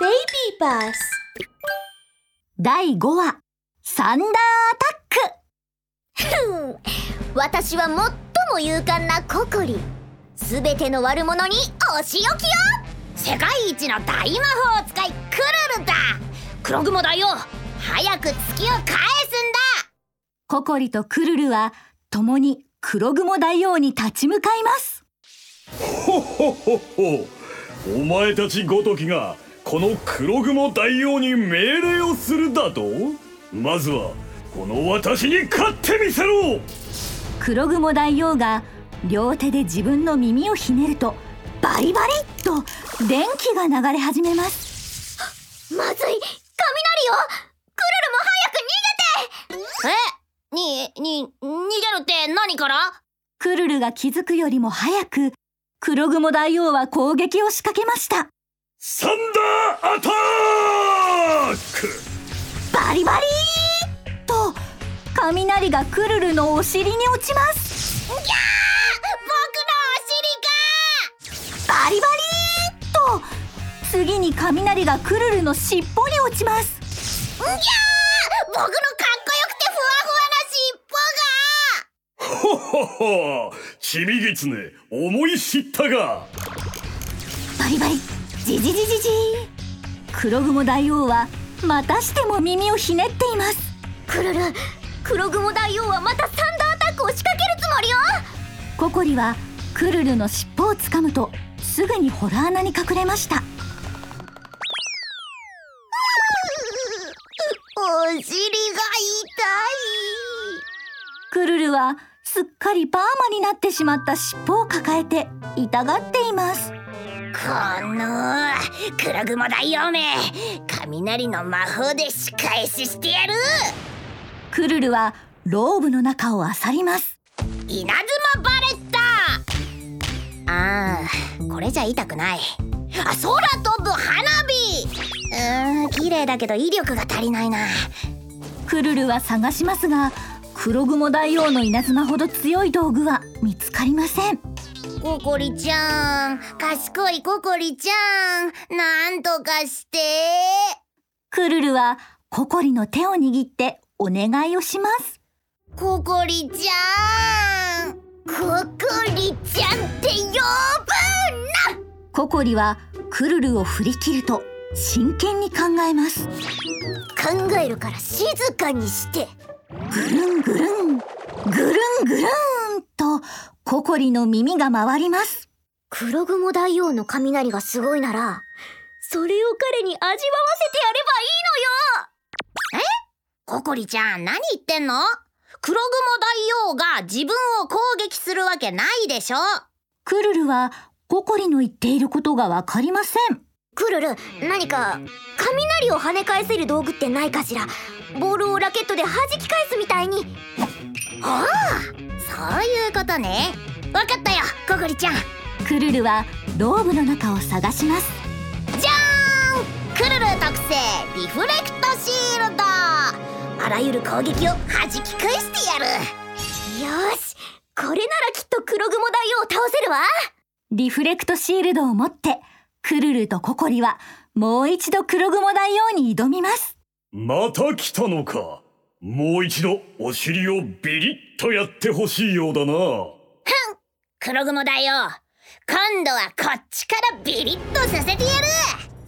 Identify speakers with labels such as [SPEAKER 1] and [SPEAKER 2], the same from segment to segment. [SPEAKER 1] ベイビーバス
[SPEAKER 2] 第5話サンダーア
[SPEAKER 3] 私は最も勇敢なココリ全ての悪者にお仕置きよ世界一の大魔法使いクルルだ黒雲だよ早く月を返すんだ
[SPEAKER 2] タックココリとクルルは共に黒雲大王に立ち向かいます
[SPEAKER 4] ほほほお前たちごときがこの黒雲大王に命令をするだとまずはこの私に勝ってみせろ
[SPEAKER 2] 黒雲大王が両手で自分の耳をひねるとバリバリッと電気が流れ始めます
[SPEAKER 3] まずい雷よクルルも早く逃げてえに、に、逃げるって何から
[SPEAKER 2] クルルが気づくよりも早く黒雲大王は攻撃を仕掛けました
[SPEAKER 4] サンダーアタック
[SPEAKER 2] バリバリーッと雷がクルルのお尻に落ちます
[SPEAKER 3] 僕のお
[SPEAKER 2] バリバリーッと次に雷がクルルの尻尾に落ちます
[SPEAKER 3] 尻がギャー僕のかっこよくてふわふわな尻尾
[SPEAKER 4] ほほ
[SPEAKER 3] が
[SPEAKER 4] ほちびぎつね思い知ったが
[SPEAKER 2] バリバリジジジジジ黒雲大王はまたしても耳をひねっています
[SPEAKER 3] クルル黒雲大王はまたサンダーアタックを仕掛けるつもりよ
[SPEAKER 2] ココリはクルルの尻尾をつかむとすぐにホラー穴に隠れました
[SPEAKER 3] お尻が痛い
[SPEAKER 2] クルルはすっかりパーマになってしまった尻尾を抱えて痛がっています
[SPEAKER 3] この黒雲大王め雷の魔法で仕返ししてやる
[SPEAKER 2] クルルはローブの中を漁ります
[SPEAKER 3] 稲妻バレッタあーこれじゃ痛くないあ空飛ぶ花火うーん綺麗だけど威力が足りないな
[SPEAKER 2] クルルは探しますが黒雲大王の稲妻ほど強い道具は見つかりません
[SPEAKER 3] ココリちゃん賢いココリちゃんなんとかして
[SPEAKER 2] クルルはココリの手を握ってお願いをします
[SPEAKER 3] ココリちゃんココリちゃんって呼ぶな
[SPEAKER 2] ココリはクルルを振り切ると真剣に考えます
[SPEAKER 3] 考えるから静かにして
[SPEAKER 2] ぐるんぐるんぐるんぐるんとココリの耳が回ります
[SPEAKER 3] 黒雲大王の雷がすごいなら、それを彼に味わわせてやればいいのよえココリちゃん、何言ってんの黒雲大王が自分を攻撃するわけないでしょ
[SPEAKER 2] クルルはココリの言っていることがわかりません
[SPEAKER 3] クルル、何か、雷を跳ね返せる道具ってないかしらボールをラケットで弾き返すみたいに。ああ、そういうことね。わかったよ、ココリちゃん。
[SPEAKER 2] クルルはローブの中を探します
[SPEAKER 3] じゃーんクルル特製リフレクトシールドあらゆる攻撃を弾き返してやるよしこれならきっと黒雲大王を倒せるわ
[SPEAKER 2] リフレクトシールドを持ってクルルとココリはもう一度黒雲大王に挑みます
[SPEAKER 4] また来たのかもう一度お尻をビリッとやってほしいようだな
[SPEAKER 3] 黒雲大王今度はこっちからビリッとさせてやる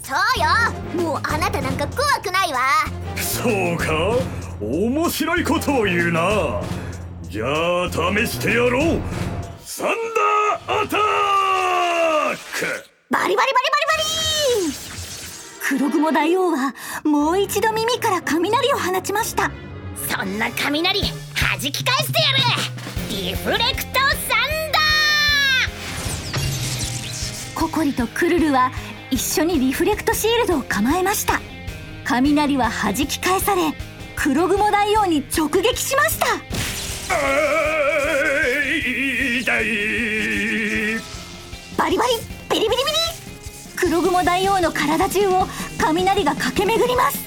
[SPEAKER 3] そうよもうあなたなんか怖くないわ
[SPEAKER 4] そうか面白いことを言うなじゃあ試してやろうサンダーアタック
[SPEAKER 2] バリバリバリバリバリ黒雲大王はもう一度耳から雷を放ちました
[SPEAKER 3] そんな雷弾き返してやるリフレクトサンダー
[SPEAKER 2] ココリとクルルは一緒にリフレクトシールドを構えました雷は弾き返され黒雲大王に直撃しました
[SPEAKER 4] あー痛い
[SPEAKER 2] バリバリビリビリビリ黒雲大王の体中を雷が駆け巡ります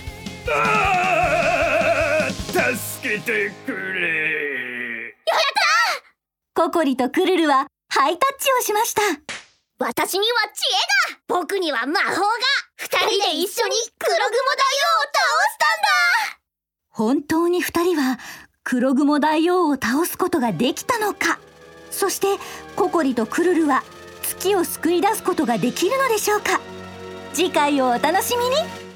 [SPEAKER 4] あー助けてくれ
[SPEAKER 2] ココリとクルルはハイタッチをしました
[SPEAKER 3] 私には知恵が僕には魔法が二人で一緒
[SPEAKER 2] 本当に二人は黒雲大王を倒すことができたのかそしてココリとクルルは月を救い出すことができるのでしょうか次回をお楽しみに